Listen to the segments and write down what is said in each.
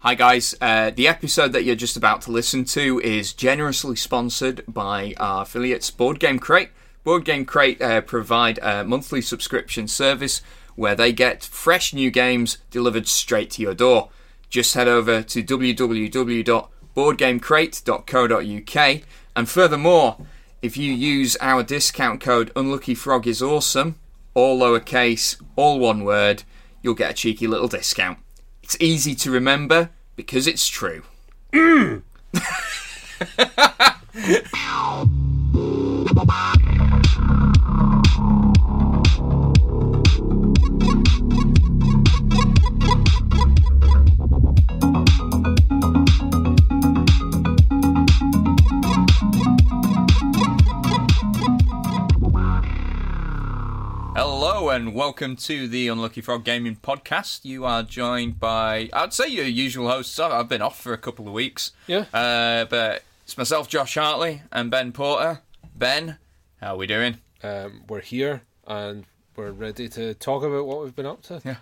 Hi, guys. Uh, the episode that you're just about to listen to is generously sponsored by our affiliates, Board Game Crate. Board Game Crate uh, provide a monthly subscription service where they get fresh new games delivered straight to your door. Just head over to www.boardgamecrate.co.uk. And furthermore, if you use our discount code UnluckyFrogIsAwesome, all lowercase, all one word, you'll get a cheeky little discount. It's easy to remember because it's true. Hello and welcome to the Unlucky Frog Gaming Podcast. You are joined by, I'd say, your usual hosts. I've I've been off for a couple of weeks. Yeah. Uh, but it's myself, Josh Hartley, and Ben Porter. Ben, how are we doing? Um, we're here and we're ready to talk about what we've been up to. Yeah.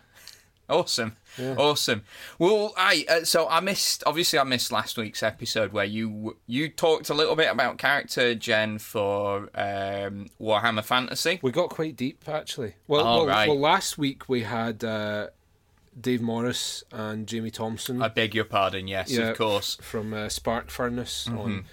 Awesome. Awesome. Well, I uh, so I missed obviously I missed last week's episode where you you talked a little bit about character gen for um, Warhammer Fantasy. We got quite deep actually. Well, All well, right. well, last week we had uh, Dave Morris and Jamie Thompson I beg your pardon. Yes, Yeah. of course. Mm-hmm. from uh, Spark Furnace on.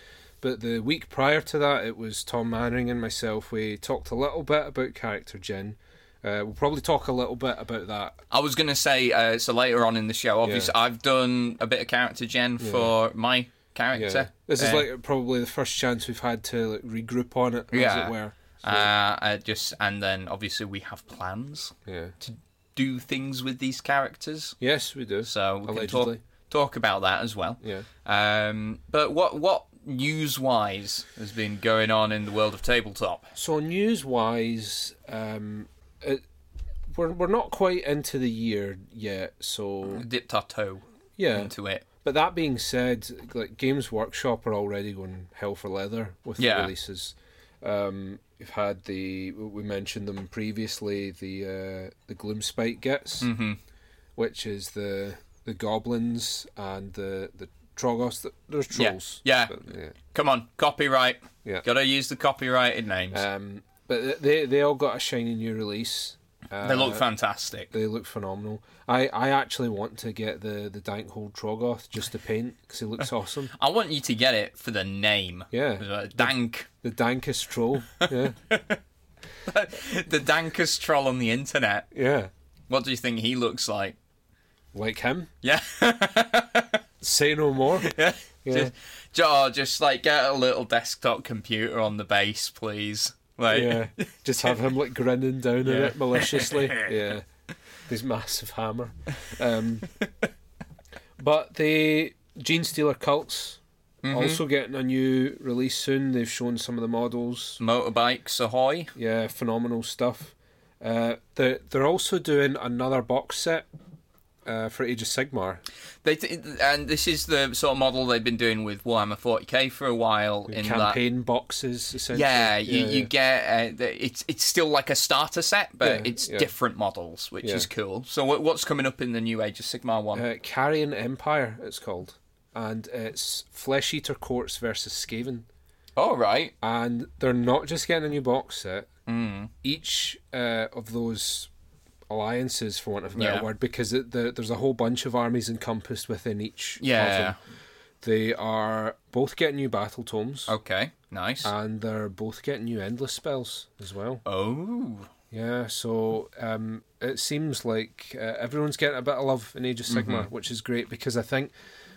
But the week prior to that, it was Tom Mannering and myself. We talked a little bit about character gen. Uh, we'll probably talk a little bit about that. I was gonna say uh, so later on in the show. Obviously, I've done a bit of character gen for my Yeah. character. This is Uh, like probably the first chance we've had to like, regroup on it, Yeah. as it were. uh, I just and then obviously we have plans Yeah. to do things with these characters. Yes, we do. So we can talk Allegedly. talk about that as well. Yeah. Um, but what what news wise has been going on in the world of tabletop? So news wise, um, it, we're we're not quite into the year yet. So Dipped our toe yeah, into it. but that being said, like Games Workshop are already going hell for leather with Yeah. the releases. Um, you've had the we mentioned them previously the uh, the Gloomspite gets, Mm-hmm. which is the the goblins and the the Trogos. th- There's trolls. Yeah. But, yeah. Come on, copyright. Yeah. Gotta use the copyrighted names. Um, but they they all got a shiny new release. they look uh, fantastic. They look phenomenal. I, I actually want to get the the Dankhold Trogoth just to paint because he looks awesome. I want you to get it for the name. Yeah, Uh, Dank. the dankest troll. Yeah, the dankest troll on the internet. yeah, What do you think he looks like? like him. Yeah. Say no more. yeah. Yeah. Just, ju- oh, just like get a little desktop computer on the base, please. Like, Yeah, just have him like grinning down at Yeah. it maliciously. Yeah, his massive hammer. Um, but the Gene Stealer cults Mm-hmm. also getting a new release soon. They've shown some of the models. motorbikes ahoy. Yeah, phenomenal stuff. Uh, they're they're also doing another box set uh, for Age of Sigmar. They th- and this is the sort of model they've been doing with Warhammer 40k for a while. In Campaign boxes, that, essentially. yeah, you, yeah. you get uh, the- it's it's still like a starter set, but Yeah, it's yeah. different models, which Yeah. is cool. So what, what's coming up in the new Age of Sigmar one? Uh, Carrion Empire, it's called, and it's Flesh Eater Courts versus Skaven. All right, And they're not just getting a new box set. Mm. Each uh, of those alliances, for want of a better Yeah. word, because it, the, there's a whole bunch of armies encompassed within each. of yeah, them. They are both getting new battle tomes. okay, nice. and they're both getting new endless spells as well. oh, Yeah, so um, it seems like uh, everyone's getting a bit of love in Age of Sigma, which is great because I think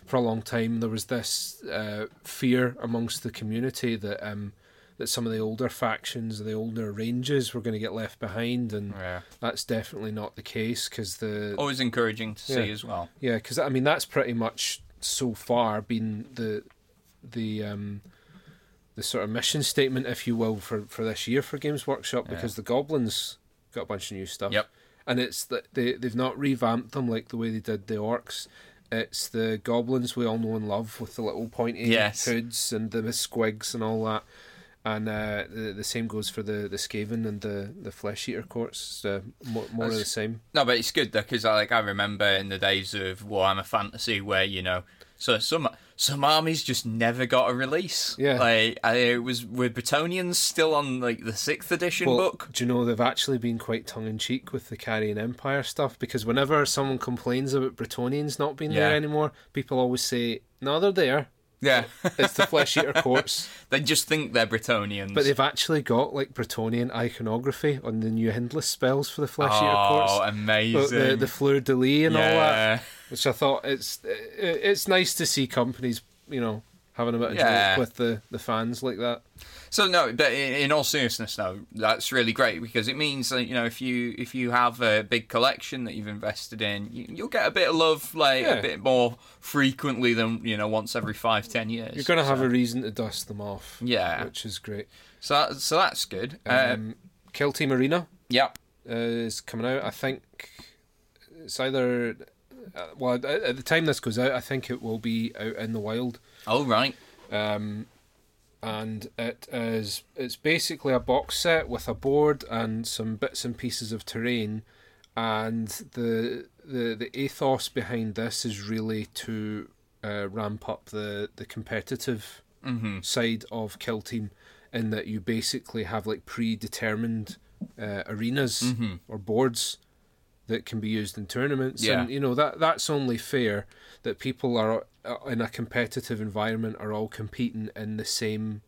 for a long time there was this uh, fear amongst the community that um, that some of the older factions, the older ranges, were going to get left behind, and yeah, that's definitely not the case because the always encouraging to see Yeah. as well. yeah, because I mean that's pretty much so far been the the um, the sort of mission statement, if you will, for, for this year for Games Workshop because the goblins got a bunch of new stuff. Yep. And it's that they they've not revamped them like the way they did the orcs. It's the goblins we all know and love with the little pointy Yes. hoods and the squigs and all that. and uh, the the same goes for the the Skaven and the the Flesh Eater courts. Uh, more more of the same. No, but it's good though because I like I remember in the days of Warhammer Fantasy where you know so some some armies just never got a release. Yeah. like I, it was were Bretonians still on like the sixth edition Well, book. Do you know they've actually been quite tongue in cheek with the Carrion Empire stuff? Because whenever someone complains about Bretonians not being there Yeah. anymore, people always say, "No, they're there. Yeah, It's the Flesh Eater courts." they just think they're Bretonians. But they've actually got like Bretonian iconography on the new Hindless spells for the Flesh Eater courts. oh, Uh, amazing! the, the fleur de lis and all that, yeah, which I thought it's it- it's nice to see companies, you know, having a bit of Yeah. joke with the, the fans like that. So no, but in, in all seriousness, though, that's really great because it means that you know if you if you have a big collection that you've invested in, you, you'll get a bit of love like Yeah. a bit more frequently than you know once every five ten years. You're going to have a reason to dust them off, Yeah. which is great. so that, so that's good. Um, Um, Kill Team Arena yeah, uh, is coming out. I think it's either uh, well at, at the time this goes out, I think it will be out in the wild. all right. um, and it is it's basically a box set with a board and some bits and pieces of terrain, and the the the ethos behind this is really to uh, ramp up the the competitive Hmm. side of Kill Team, in that you basically have like predetermined uh, arenas Mm-hmm. or boards that can be used in tournaments. Yeah. And you know that that's only fair that people are uh, in a competitive environment are all competing in the same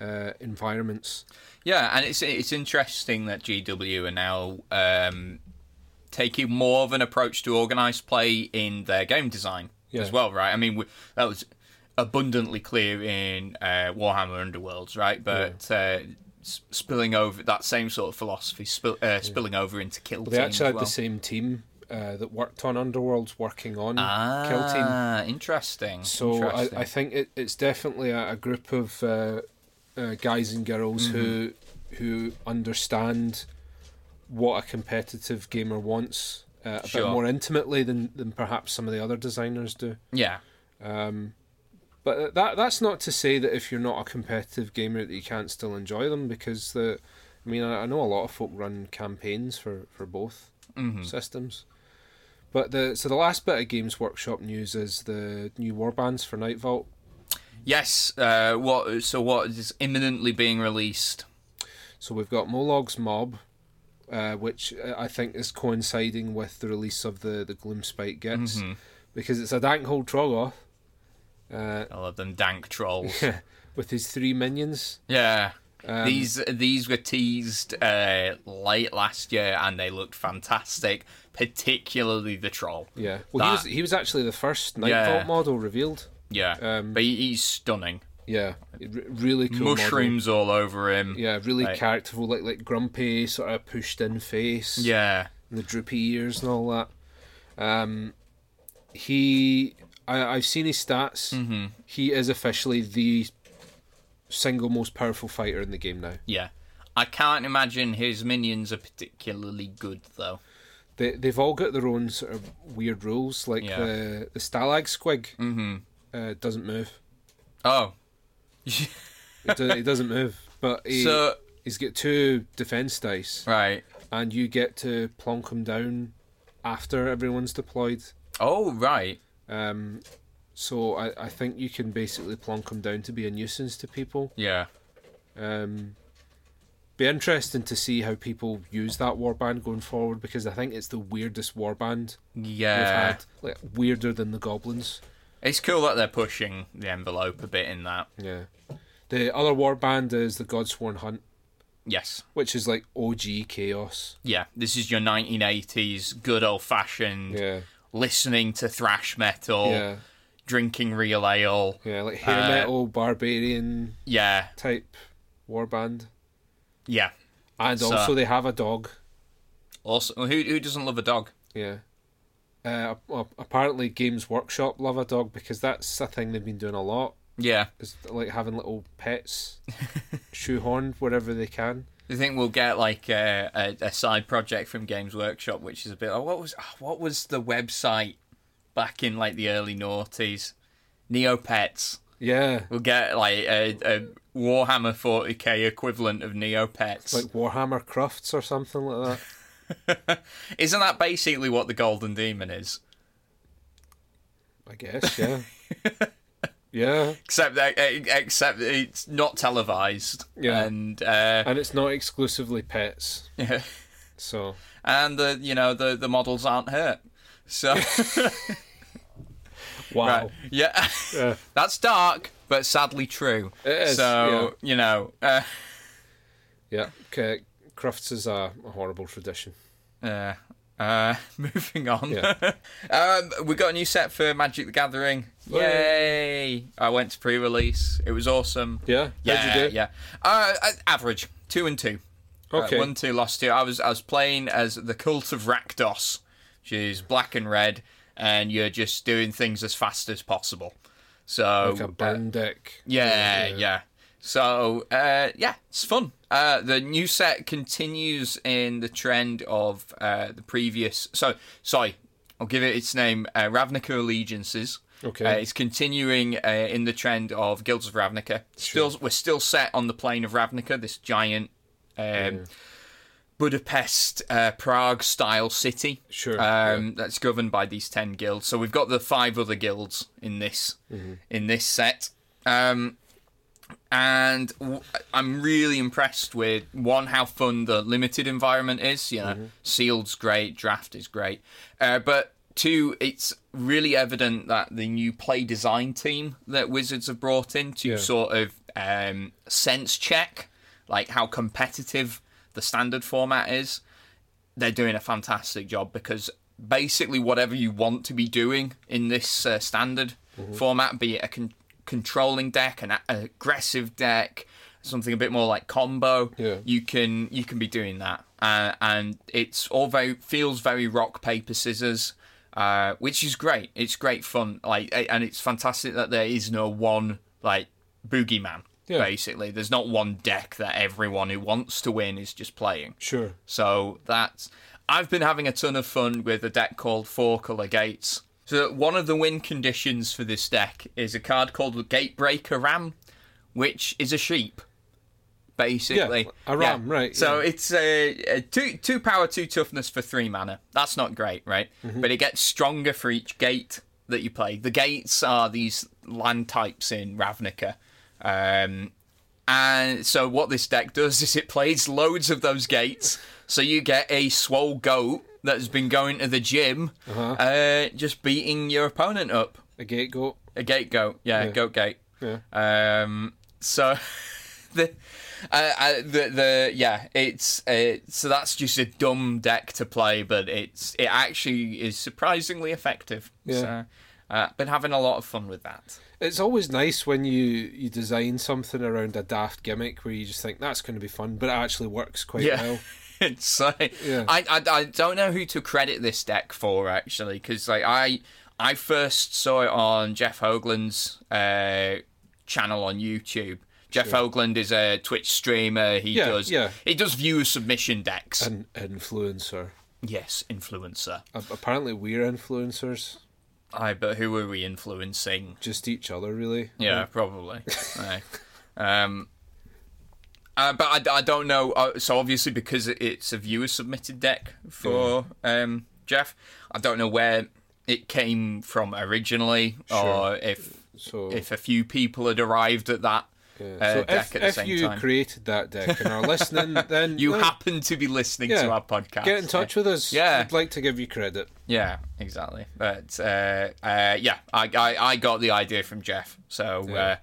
uh, environments. Yeah, and it's it's interesting that GW are now um, taking more of an approach to organised play in their game design Yeah. as well, right? I mean, we, that was abundantly clear in uh, Warhammer Underworlds, right? But uh, s- spilling over that same sort of philosophy, spill, uh, spilling over into Kill But Team they actually as had well. the same team uh, that worked on Underworlds working on Kill Team. ah, interesting. So I, interesting. I think it, it's definitely a, a group of uh, uh, guys and girls who Mm-hmm. who understand what a competitive gamer wants uh, a Sure. bit more intimately than, than perhaps some of the other designers do. yeah, But that that's not to say that if you're not a competitive gamer that you can't still enjoy them because the I mean I, I know a lot of folk run campaigns for for both Mm-hmm. systems. But the so the last bit of Games Workshop news is the new warbands for Night Vault. yes. Uh, what? So what is imminently being released? So we've got Molog's Mob, uh, which uh, I think is coinciding with the release of the the Gloomspite Gets Mm-hmm. because it's a Dankhold Trogoth uh, I love them dank trolls. with his three minions. Yeah. Um, these these were teased uh, late last year and they looked fantastic, particularly the troll. Yeah, well That- he was he was actually the first Night Yeah. Vault model revealed. Yeah, Um, but he, he's stunning. Yeah, r- really cool. model. Mushrooms all over him. Yeah, really Like- characterful, like like grumpy, sort of pushed in face. Yeah. and the droopy ears and all that. Um, he, I, I've seen his stats. Mm-hmm. He is officially the single most powerful fighter in the game now. yeah. I can't imagine his minions are particularly good though. They they've all got their own sort of weird rules. Like Yeah. Mm-hmm. the the Stalag Squig uh, doesn't move. Oh, It, do, it doesn't move, but he, so he's got two defense dice, right. and you get to plonk him down after everyone's deployed. Oh, right. Um, so I, I think you can basically plonk him down to be a nuisance to people. Yeah. Um, be interesting to see how people use that warband going forward because I think it's the weirdest warband we've Yeah. had, like weirder than the goblins. It's cool that they're pushing the envelope a bit in that. Yeah. The other warband is the Godsworn Hunt, Yes. which is like OG chaos. Yeah. This is your 1980s good old fashioned Yeah, listening to thrash metal, yeah, drinking real ale. yeah, like hair Uh, metal barbarian Yeah, type warband. yeah. And So- also they have a dog. Also, who who doesn't love a dog? Yeah. Uh, well, apparently, Games Workshop love a dog because that's a thing they've been doing a lot. Yeah. Is like having little pets shoehorned wherever they can. Do you think we'll get like a, a, a side project from Games Workshop, which is a bit? Oh, what was oh, what was the website back in like the early noughties? Neopets. Yeah. We'll get like a, a Warhammer 40k equivalent of Neopets. Like Warhammer Crufts or something like that. Isn't that basically what the Golden Demon is? I guess, yeah. yeah. Except that, eh, except that it's not televised. Yeah. And uh, And it's not exclusively pets. So and the you know the the models aren't hurt. So uh, wow. yeah, Oh. Yeah. that's dark, but sadly true. It is, so you know. Uh, Yeah. Okay. Crufts is a, a horrible tradition. Uh, uh, moving on. Yeah. um, we got a new set for Magic the Gathering. Yay! I went to pre-release. It was awesome. Yeah. Yeah. How'd you do? Yeah. Uh, uh, average two and two. Okay. Uh, one two lost two. I was I was playing as the Cult of Rakdos, which is black and red, and you're just doing things as fast as possible. So Like a uh, burn deck. yeah, yeah. So, uh, yeah, it's fun. Uh, the new set continues in the trend of uh, the previous. So, sorry, I'll give it its name uh, Ravnica Allegiances. Okay. Uh, it's continuing uh, in the trend of Guilds of Ravnica. Still, We're still set on the plane of Ravnica, this giant um, Budapest, uh, Prague style city. Sure, Um, That's governed by these ten guilds. So we've got the five other guilds in this in this set. Um, and w- I'm really impressed with one how fun the limited environment is. You know, sealed's great, draft is great, uh, but two, it's really evident that the new play design team that Wizards have brought in to Yeah. sort of um, sense check like how competitive the standard format is. They're doing a fantastic job because basically whatever you want to be doing in this uh, standard Mhm. format, be it a con- controlling deck, an a- aggressive deck, something a bit more like combo, Yeah. you can you can be doing that, uh, and it's all very feels very rock paper scissors. Uh, which is great. It's great fun. Like, a- and it's fantastic that there is no one like boogeyman. Yeah. Basically, there's not one deck that everyone who wants to win is just playing. Sure. So that's. I've been having a ton of fun with a deck called Four Color Gates. So one of the win conditions for this deck is a card called the Gatebreaker Ram, which is a sheep, basically. a ram, right, So yeah. it's a, a two two power, two toughness for three mana. That's not great, right? Mm-hmm. But it gets stronger for each gate that you play. The gates are these land types in Ravnica. Um, and so what this deck does is it plays loads of those gates. So you get a swole goat that's been going to the gym, Uh-huh. uh just beating your opponent up. A gate goat. A gate goat, yeah, goat gate. Yeah. Um, so the, uh, uh, the the yeah, it's uh, so that's just a dumb deck to play, but it's it actually is surprisingly effective. Yeah. So, uh, been having a lot of fun with that. It's always nice when you you design something around a daft gimmick where you just think that's going to be fun, but it actually works quite Yeah. well. it's like Yeah. I, I I don't know who to credit this deck for actually because like I I first saw it on Jeff Hoagland's uh, channel on YouTube. Jeff Hoagland is a Twitch streamer. He Yeah, does yeah. he does viewer submission decks. An influencer. yes, influencer. A- Apparently, we're influencers. Aye, but who are we influencing? Just each other, really. Yeah, probably. Aye. Um, uh, but I, I don't know. Uh, so obviously, because it- it's a viewer submitted deck for um, Jeff, I don't know where it came from originally, or Sure. if So, if a few people had arrived at that yeah. uh, so deck if, at the if same you time. created that deck and are listening, then you uh, happen to be listening yeah. to our podcast. get in touch with us. Yeah. I'd like to give you credit. Yeah, exactly. But uh, uh, yeah, I, I I got the idea from Jeff, so uh,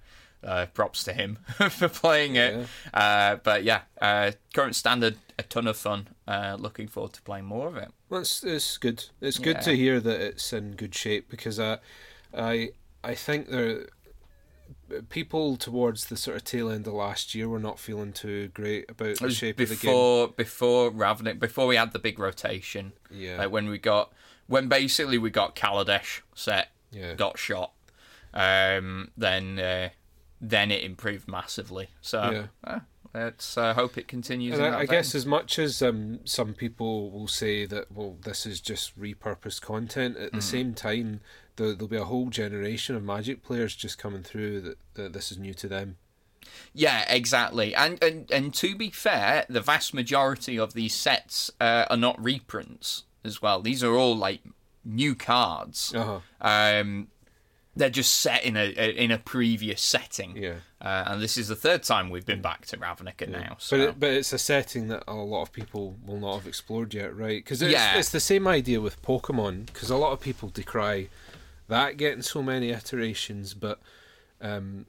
uh, props to him for playing it. Uh, but yeah, uh, current standard, a ton of fun. Uh, looking forward to playing more of it. That's it's good. It's good Yeah. to hear that it's in good shape because I, I, I think there, people towards the sort of tail end of last year were not feeling too great about the shape of the game. before before Ravnik, before we had the big rotation. Yeah. like when we got when basically we got Kaladesh set, Yeah. got shot. Um, then uh, then it improved massively. So uh, let's uh, hope it continues. And in that I, I vein. guess as much as um, Mm. some people will say that well this is just repurposed content, at the same time there, will be a whole generation of Magic players just coming through that, that this is new to them. Yeah, exactly. And, and and to be fair, the vast majority of these sets uh, are not reprints as well. These are all like new cards. Uh-huh. Um, they're just set in a, a- in a previous setting. Yeah. Uh, and this is the third time we've been back to Ravnica now. So. But it, but it's a setting that a lot of people will not have explored yet, right? Because it's, Yeah. it's the same idea with Pokemon. Because a lot of people decry that getting so many iterations, but um,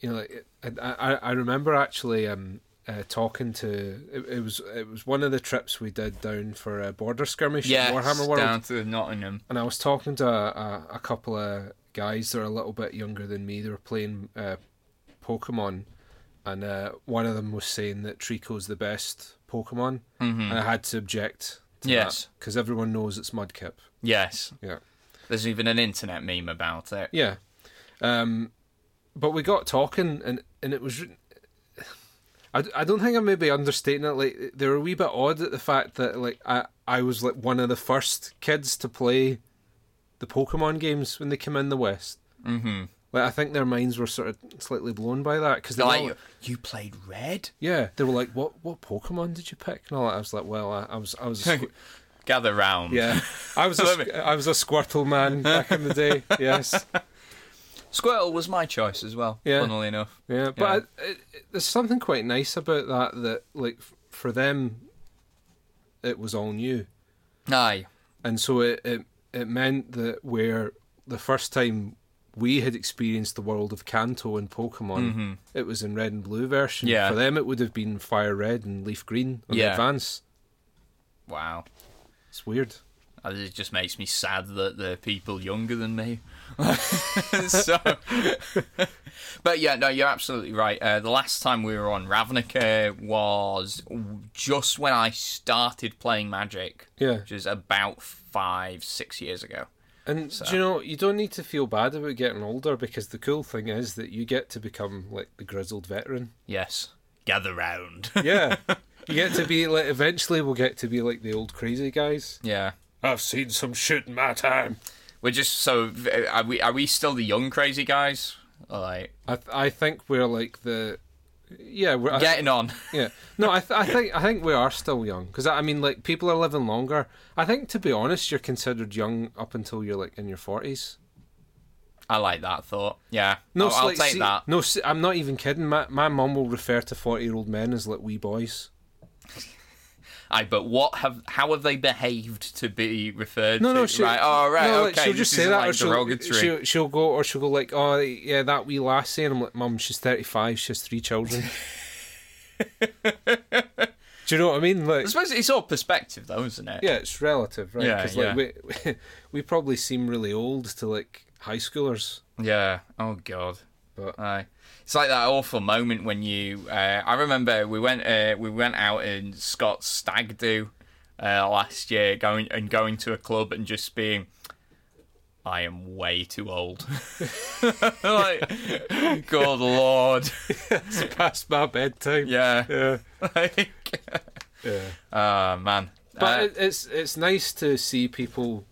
you know, like, I, I I remember actually um uh, talking to it, it was it was one of the trips we did down for a border skirmish yeah, at Warhammer World, down to Nottingham. and I was talking to a, a, a couple of guys that are a little bit younger than me. They were playing uh, Pokemon, and uh, one of them was saying that Trico's the best Pokemon, and I had to object. To Yes. because everyone knows it's Mudkip. Yes, Yeah, there's even an internet meme about it. yeah. Um, but we got talking, and and it was. re- I, d- I don't think I'm maybe understating it. Like they were a wee bit odd at the fact that like I I was like one of the first kids to play the Pokemon games when they came in the West. Mm-hmm. Like I think their minds were sort of slightly blown by that because they were all- Like you played red. yeah they were like what what Pokemon did you pick and all that. I was like well I, I was I was a squ- Gather round. yeah I was a, Love it. squ- I was a Squirtle man back in the day yes Squirtle was my choice as well. Yeah. Funnily enough. yeah but I, it, it- there's something quite nice about that that like f- for them it was all new Aye. and so it it, it meant that where the first time we had experienced the world of Kanto and Pokemon, it was in red and blue version. Mm-hmm. Yeah. For them, it would have been fire red and leaf green on Yeah. the advance. Wow. It's weird. Uh, It just makes me sad that the people younger than me. so, but yeah, no, you're absolutely right. Uh, the last time we were on Ravnica was just when I started playing Magic, Yeah. which is about five, six years ago. And do you know, you don't need to feel bad about getting older because the cool thing is that you get to become like the grizzled veteran. Yes, gather round. Yeah. you get to be like, eventually we'll get to be like the old crazy guys. yeah, I've seen some shit in my time. we're just so. Are we? Are we still the young crazy guys? Like I, th- I think we're like the. Yeah, we're, I- getting on. Yeah. No, I, th- I think I think we are still young because I mean, like people are living longer. I think to be honest, you're considered young up until you're like in your forties. I like that thought. Yeah, No, I'll, it's I'll like, take see- that. No, see, I'm not even kidding. My my mum will refer to forty year old men as like wee boys. Aye, but what have how have they behaved to be referred No, to? no, she. right, oh, right, no, like, okay. she'll this just say isn't, that, like, or she'll, derogatory. she'll she'll go, or she'll go like, oh yeah, that wee lassie, and I'm like, mum, she's thirty five, she has three children. Do you know what I mean? Like, I suppose it's all perspective, though, isn't it? Yeah, it's relative, right? Yeah, 'Cause, yeah. like we, we probably seem really old to like high schoolers. Yeah. Oh God. But- Aye. It's like that awful moment when you. Uh, I remember we went uh, we went out in Scott's stag do uh, last year, going and going to a club and just being. I am way too old. like, good lord. It's past my bedtime. Yeah. yeah, Like, yeah. oh man. But Uh, it, it's it's nice to see people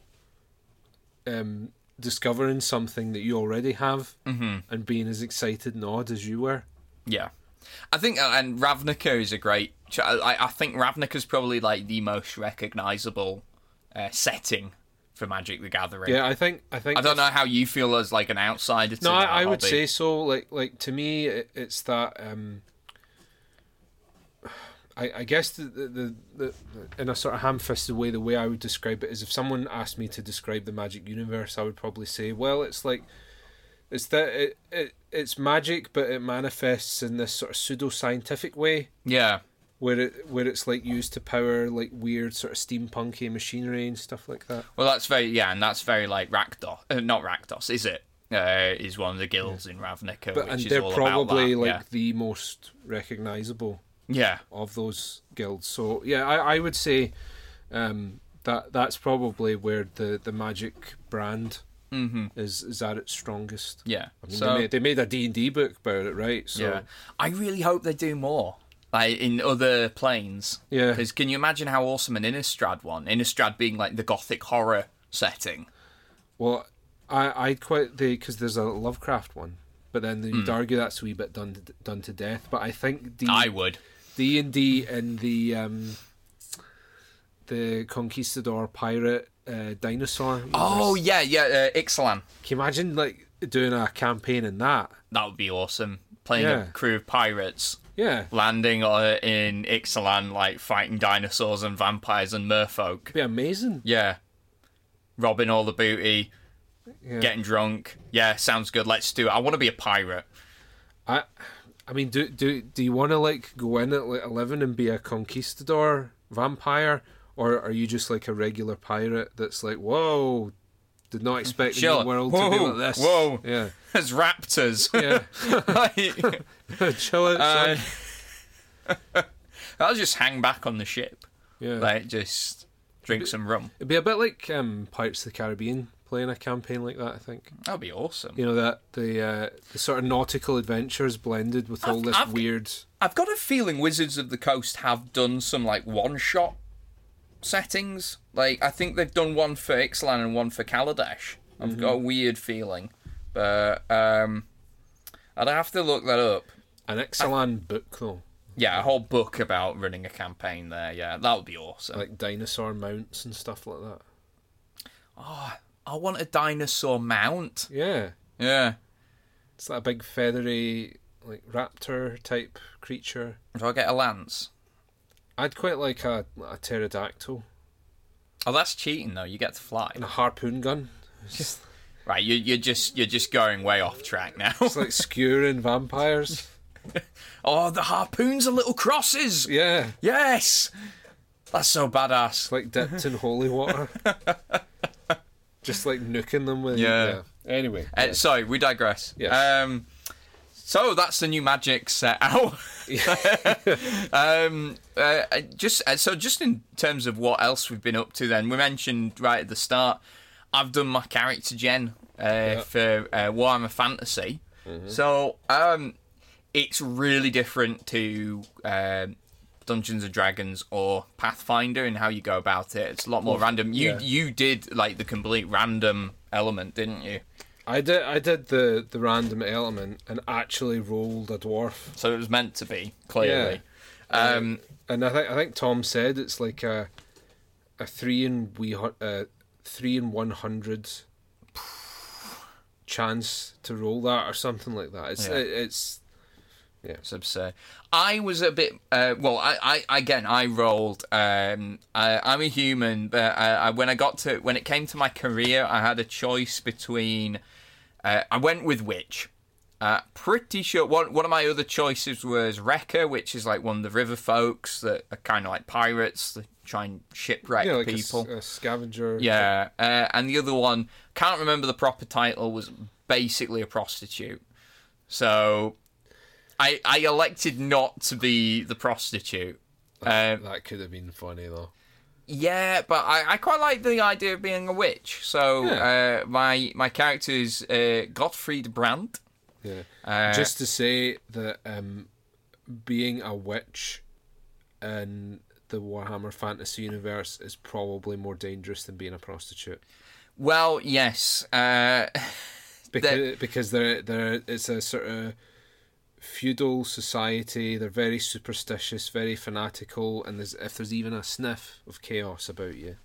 um, discovering something that you already have Mm-hmm. and being as excited and odd as you were. Yeah, I think uh, and Ravnica is a great. ch- I, I think Ravnica is probably like the most recognizable uh, setting for Magic the Gathering. Yeah, I think I think I don't know how you feel as like an outsider. To No, that I, I would hobby. say so. Like, like to me, it, it's that. Um, I, I guess the, the, the, the in a sort of ham-fisted way, the way I would describe it is, if someone asked me to describe the Magic universe, I would probably say, well, it's like, it's that it, it it's magic, but it manifests in this sort of pseudo-scientific way Yeah, where it where it's like used to power like weird sort of steampunky machinery and stuff like that. well, that's very yeah, and that's very like Rakdos. Uh, not Rakdos, is it? Uh, is one of the guilds in Ravnica, But which and is they're all probably about like that. the most recognizable. yeah. of those guilds. So yeah, I, I would say um, that that's probably where the, the magic brand Mm-hmm. is is at its strongest. Yeah. I mean, So- they made they made a D and D book about it, right? So Yeah, I really hope they do more. Like in other planes. Yeah. Because can you imagine how awesome an Innistrad one? Innistrad being like the gothic horror setting. well, I I quite the because there's a Lovecraft one, but then you'd argue that's a wee bit done to, done to death. But I think D Mm. I would. D and D and the um the conquistador pirate uh, dinosaur. Oh universe. yeah, yeah, uh, Ixalan. can you imagine like doing a campaign in that? That would be awesome. Playing Yeah. a crew of pirates Yeah, landing uh, in Ixalan, like fighting dinosaurs and vampires and merfolk. be amazing. Yeah, robbing all the booty, Yeah. getting drunk. Yeah, sounds good. Let's do it. I want to be a pirate. I, I mean, do do do you want to like go in at like eleven and be a conquistador vampire, or are you just like a regular pirate that's like, whoa, did not expect the Sure. new world to be Whoa, like this. whoa. yeah, As raptors. yeah. Like, Chill out, uh, son. I'll just hang back on the ship. Yeah, Like, just drink some rum. it'd be a bit like um, Pirates of the Caribbean playing a campaign like that. I think That'd be awesome. you know that the uh, the sort of nautical adventures blended with all I've- this I've- weird. I've got a feeling Wizards of the Coast have done some like one shot settings. Like I think they've done one for Ixalan and one for Kaladesh. I've got a weird feeling, but um, I'd have to look that up. An Ixalan book though, Yeah, a whole book about running a campaign there. Yeah, that would be awesome. like dinosaur mounts and stuff like that. I want a dinosaur mount. Yeah. Yeah. It's like a big feathery, like raptor type creature. Do I get a lance? I'd quite like a, a pterodactyl Oh, that's cheating though. You get to fly. and a harpoon gun. It's Just Right, you, you're just you're just going way off track now. it's like skewering vampires. oh, the harpoons are little crosses. Yeah, Yes, that's so badass. it's like dipped in holy water. Just like nuking them with. Yeah. Anyway, Uh, Sorry, we digress. Yes. Um, so that's the new magic set out. um, uh, I just uh, so just in terms of what else we've been up to, then we mentioned right at the start. I've done my character gen uh, for uh, Warhammer Fantasy, Mm-hmm. so um, it's really different to um Dungeons and Dragons or Pathfinder and how you go about it. It's a lot more random. You yeah. you did like the complete random element, didn't you? I did. I did the the random element and actually rolled a dwarf. So it was meant to be, clearly. Um, And I think I think Tom said it's like a a three and we hu- uh, three and one hundred chance to roll that or something like that. It's Yeah. it, it's it's absurd. I was a bit. Uh, well, I, I again, I rolled. Um, I, I'm a human, but I, I, when I got to when it came to my career, I had a choice between. Uh, I went with witch. Uh, pretty sure one one of my other choices was wrecker, which is like one of the river folks that are kind of like pirates. They try and shipwreck you know, like a s- people. A, scavenger. Yeah, uh, and the other one can't remember the proper title was basically a prostitute. So, I I elected not to be the prostitute. Um, That could have been funny though. yeah, but I, I quite like the idea of being a witch. So uh, my my character is uh, Gottfried Brandt. Yeah. Uh, Just to say that um, being a witch in the Warhammer Fantasy universe is probably more dangerous than being a prostitute. Well, yes, uh, because because they're they're it's a sort of feudal society. They're very superstitious, very fanatical, and there's if there's even a sniff of chaos about you,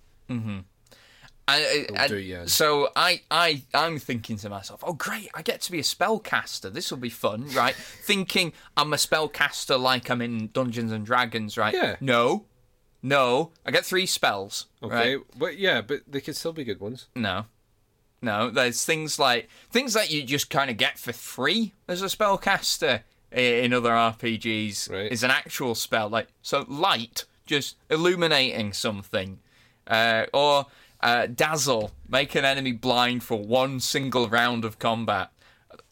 I, I, do you in. So I, I, I'm thinking to myself, oh great, I get to be a spellcaster. This will be fun, right? thinking I'm a spellcaster like I'm in Dungeons and Dragons, right? Yeah. No, no, I get three spells. okay? Right? But yeah, but they could still be good ones. No, no. There's things like things that you just kind of get for free as a spellcaster i- in other RPGs. Right. Is an actual spell like so light, just illuminating something, uh, or uh, dazzle, make an enemy blind for one single round of combat.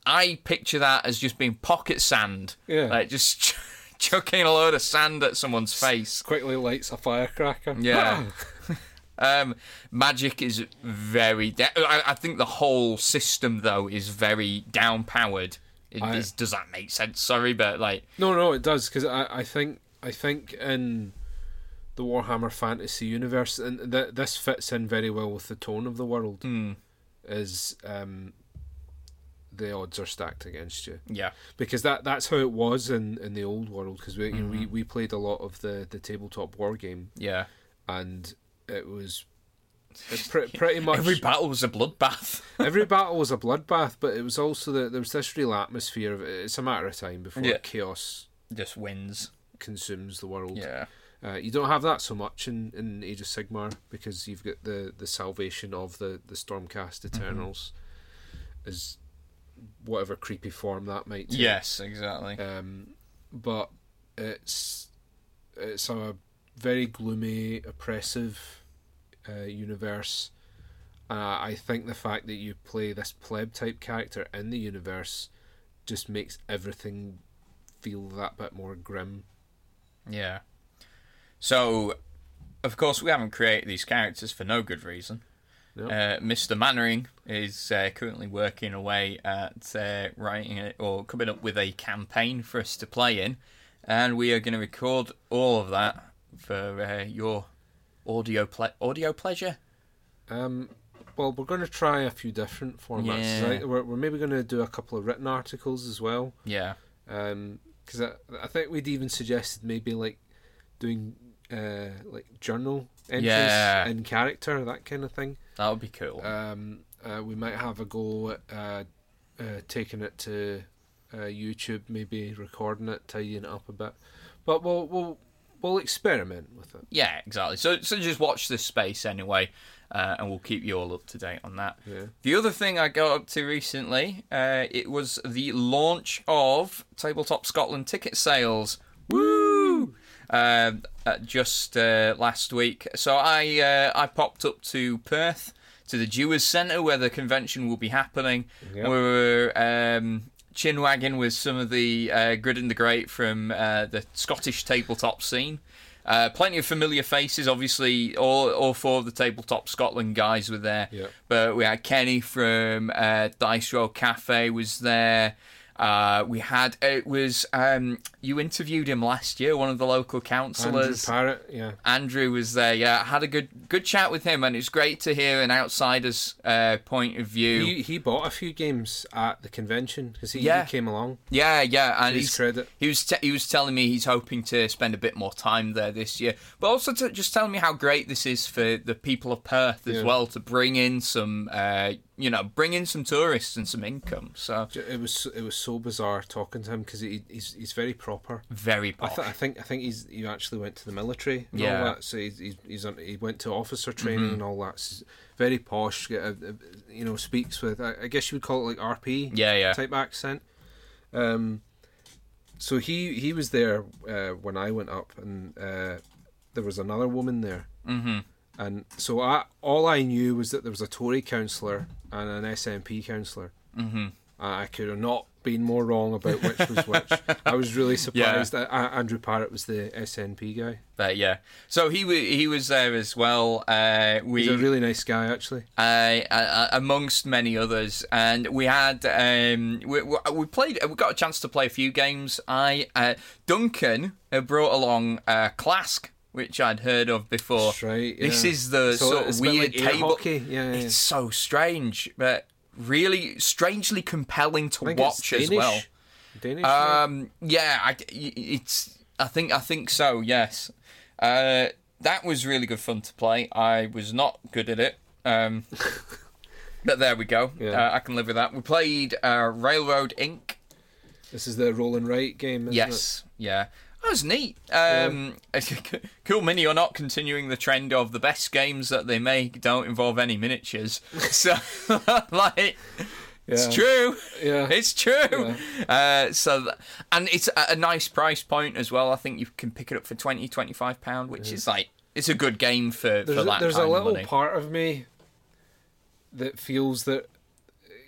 I picture that as just being pocket sand, Yeah. like just ch- chucking a load of sand at someone's face. Quickly lights a firecracker. Yeah. um, magic is very. De- I, I think the whole system though is very downpowered. It I- is- does that make sense? Sorry, but like, No, no, it does because I, I think I think in the Hmm. Warhammer Fantasy universe, and th- this fits in very well with the tone of the world. is um, the odds are stacked against you Yeah. because that that's how it was in, in the old world because we, you know, Mm-hmm. we we played a lot of the the tabletop war game Yeah. and it was it pre- pretty much Every battle was a bloodbath. every battle was a bloodbath, but it was also that there was this real atmosphere of it's a matter of time before Yeah. chaos Just wins. consumes the world. Yeah. Uh, you don't have that so much in, in Age of Sigmar because you've got the, the salvation of the, the Stormcast Mm-hmm. Eternals as whatever creepy form that might take. Yes, exactly. Um, but it's it's a very gloomy, oppressive uh, universe. Uh, I think the fact that you play this pleb type character in the universe just makes everything feel that bit more grim. Yeah. So, of course, we haven't created these characters for no good reason. No. Uh, Mr. Mannering is uh, currently working away at uh, writing it or coming up with a campaign for us to play in, and we are going to record all of that for uh, your audio ple- audio pleasure. Um, well, we're going to try a few different formats. Yeah. right? We're, we're maybe going to do a couple of written articles as well. Yeah. because Um, I, I think we'd even suggested maybe like doing uh, like journal entries Yeah. in character, that kind of thing. That would be cool. Um, uh, we might have a go at uh, uh, taking it to uh, YouTube, maybe recording it, tidying it up a bit, but we'll we'll we'll experiment with it. Yeah, exactly. So, so just watch this space anyway, uh, and we'll keep you all up to date on that. Yeah. The other thing I got up to recently, uh, it was the launch of Tabletop Scotland ticket sales. Woo! Uh, uh, just uh, last week, so I uh, I popped up to Perth to the Dewars Centre where the convention will be happening. Yep. We were um, chin wagging with some of the uh, Grid and the Great from uh, the Scottish tabletop scene. Uh, plenty of familiar faces, obviously. All, all four of the tabletop Scotland guys were there. Yep. But we had Kenny from uh, Dice Roll Cafe was there. Uh, we had it was um, you interviewed him last year, one of the local Andrew councillors. Parrott, yeah, Andrew was there. Yeah, had a good good chat with him, and it's great to hear an outsider's uh, point of view. he he bought a few games at the convention because he, he Yeah. came along. Yeah, yeah, and his he's, credit. he was te- he was telling me he's hoping to spend a bit more time there this year, but also to just telling me how great this is for the people of Perth as Yeah. well to bring in some, uh, you know, bring in some tourists and some income. So J- It was it was so bizarre talking to him because he, he's he's very proper. very I, posh. th- I think I think he's he actually went to the military and Yeah. Mm-hmm. all that. So he's, he's, he's on, he went to officer training and all that. So he's very posh, get a- a- you know, speaks with I, I guess you would call it like RP Yeah, yeah. type accent. Um, so he he was there uh, when I went up, and uh, there was another woman there. Mm-hmm. And so I all I knew was that there was a Tory councillor and an SNP councillor. Mm-hmm. I I could have not been more wrong about which was which. I was really surprised that uh, Andrew Parrott was the SNP guy. but yeah, so he wa he was there as well. Uh, we He's a really nice guy, actually. uh, uh, amongst many others. And we had um, we, we we played we got a chance to play a few games. I uh, Duncan uh, brought along uh, Clask, which I'd heard of before. That's right, This yeah. is the So sort of it's a bit weird like air table. hockey, yeah, yeah. It's so strange, but really strangely compelling to I think watch it's as well. Danish. right? Um, yeah, I, it's. I think. I think so. Yes. Uh, that was really good fun to play. I was not good at it. Um, but there we go. Yeah. Uh, I can live with that. We played uh, Railroad Inc. this is the roll and write game. Isn't It? Yes. Yeah. That was neat. Um, cool Mini are not continuing the trend of the best games that they make don't involve any miniatures. So, like, it's Yeah. true. Yeah. It's true. Uh, so, th- and it's at a nice price point as well. I think you can pick it up for 20 25 pound, which is like it's a good game for, There's, for a, that there's kind of a little money. part of me that feels that,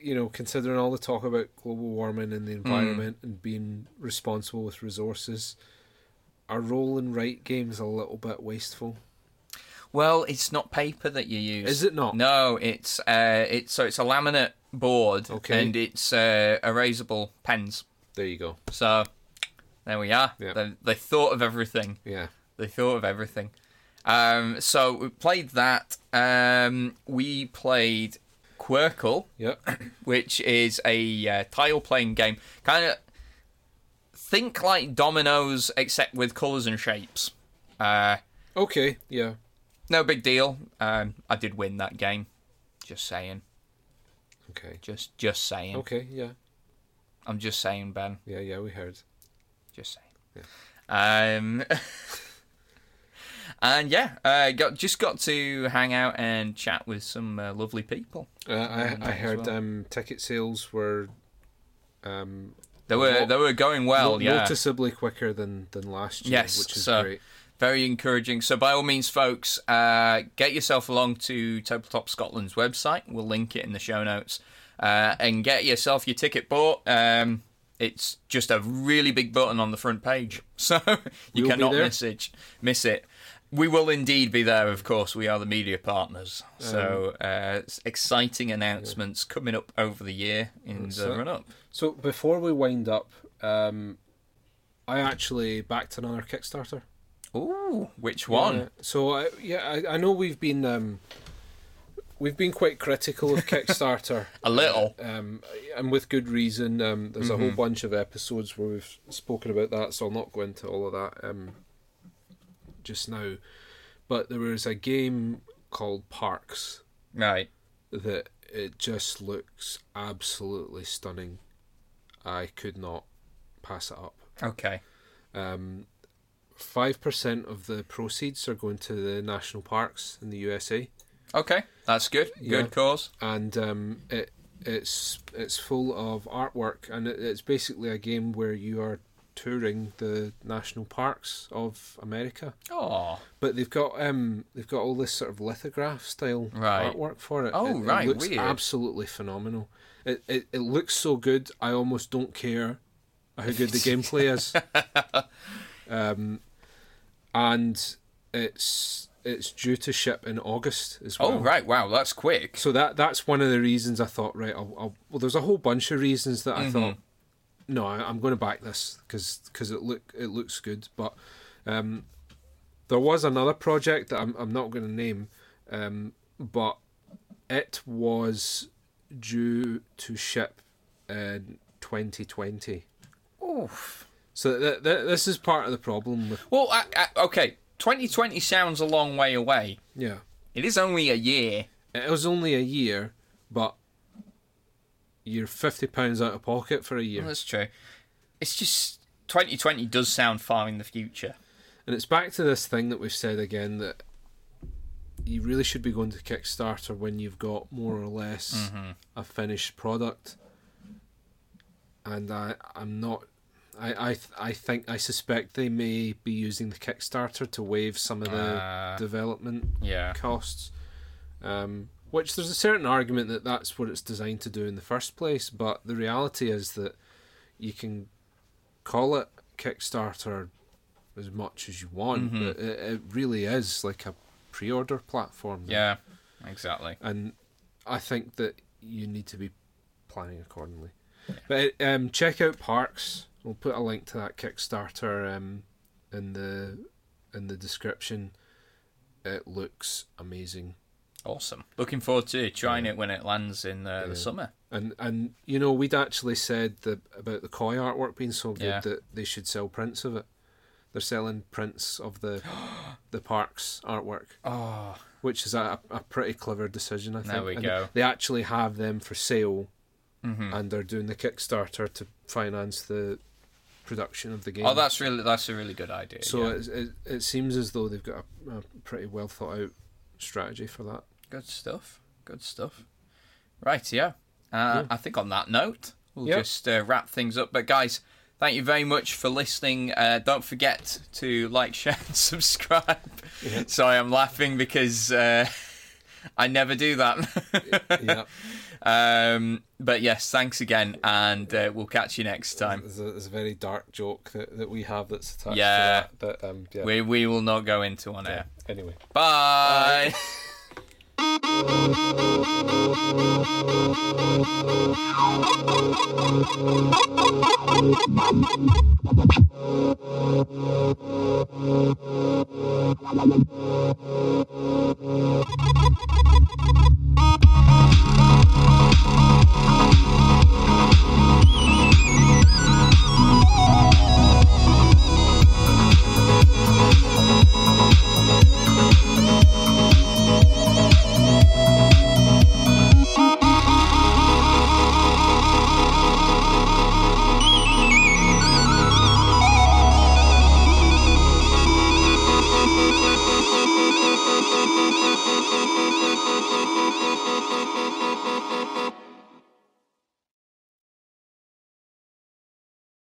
you know, considering all the talk about global warming and the Hmm. environment and being responsible with resources, a roll and write game is a little bit wasteful. Well, it's not paper that you use. Is it not? No, it's uh, it's so it's a laminate board Okay. and it's uh, erasable pens. There you go. So there we are. Yeah. They, they thought of everything. Yeah. They thought of everything. Um, so we played that. Um, we played Quirkle, Yep. which is a uh, tile playing game. Kind of think like dominoes, except with colours and shapes. Uh, Okay. Yeah. no big deal. Um, I did win that game. Just saying. Okay. Just just saying. Okay. Yeah. I'm just saying, Ben. Yeah. Yeah. We heard. Just saying. Um, and yeah, uh, got just got to hang out and chat with some uh, lovely people. Uh, I, I as heard well. um, ticket sales were um, They were Well, they were going well. no- yeah. noticeably quicker than, than last year, Yes, which is so- great. Very encouraging. So, by all means, folks, uh, get yourself along to Tabletop Scotland's website. We'll link it in the show notes. Uh, and get yourself your ticket bought. Um, it's just a really big button on the front page. So, you We'll be cannot there. miss it, miss it. We will indeed be there, of course. We are the media partners. Um, So, uh, s- exciting announcements coming up over the year in the so- run up. So before we wind up, um, I actually backed another Kickstarter. Ooh, which one? Yeah, so I, yeah, I, I know we've been um, we've been quite critical of Kickstarter, A little. um, and with good reason. Um, there's a whole bunch of episodes where we've spoken about that, so I'll not go into all of that um, just now. But there was a game called Parks Right. that it just looks absolutely stunning. I could not pass it up. Okay. Um, 5% of the proceeds are going to the national parks in the USA, Okay. That's good. Good Yeah. cause. and um, it it's it's full of artwork, and it, it's basically a game where you are touring the national parks of America. Oh, But they've got um they've got all this sort of lithograph style Right. artwork for it. Oh, It- it right, looks weird. absolutely phenomenal. It, it it looks so good. I almost don't care how good the gameplay is. Um, and it's it's due to ship in August as well. oh right, wow, that's quick. So that that's one of the reasons I thought right. I'll, I'll, well, there's a whole bunch of reasons that I thought no, I, I'm going to back this because it look it looks good. But um, there was another project that I'm I'm not going to name, um, but it was due to ship in 2020. Oof. So th- th- this is part of the problem with Well, I, I, okay, 2020 sounds a long way away. yeah. It is only a year. It was only a year, but you're fifty pounds out of pocket for a year. That's true. It's just 2020 does sound far in the future. And it's back to this thing that we've said again that you really should be going to Kickstarter when you've got more or less a finished product. And I, I'm not. I, I, th- I think I suspect they may be using the Kickstarter to waive some of the Ah. development Yeah. costs. Um, which there's a certain argument that that's what it's designed to do in the first place, but the reality is that you can call it Kickstarter as much as you want, Mm-hmm. but it, it really is like a pre order platform. Yeah. Exactly. And I think that you need to be planning accordingly. But um, check out Parks. We'll put a link to that Kickstarter um, in the in the description. It looks amazing. Awesome. Looking forward to trying it when it lands in uh, the summer. And and you know we'd actually said the, about the koi artwork being so good Yeah. that they should sell prints of it. They're selling prints of the the parks artwork, Oh, which is a, a pretty clever decision. I think. There we And go. Mm-hmm. They actually have them for sale, and they're doing the Kickstarter to finance the production of the game. oh, that's really that's a really good idea. so yeah. it, it it seems as though they've got a, a pretty well thought out strategy for that. good stuff. Good stuff. Right. Yeah. Uh, I think on that note, we'll Yeah. just uh, wrap things up. But guys, thank you very much for listening. Uh, don't forget to like, share, and subscribe. Sorry, I'm laughing because uh, I never do that. yeah, um, but yes, thanks again, and uh, we'll catch you next time. there's a, there's a very dark joke that, that we have that's attached Yeah. to that. That um, yeah. We we will not go into on air. Anyway. Bye. Bye.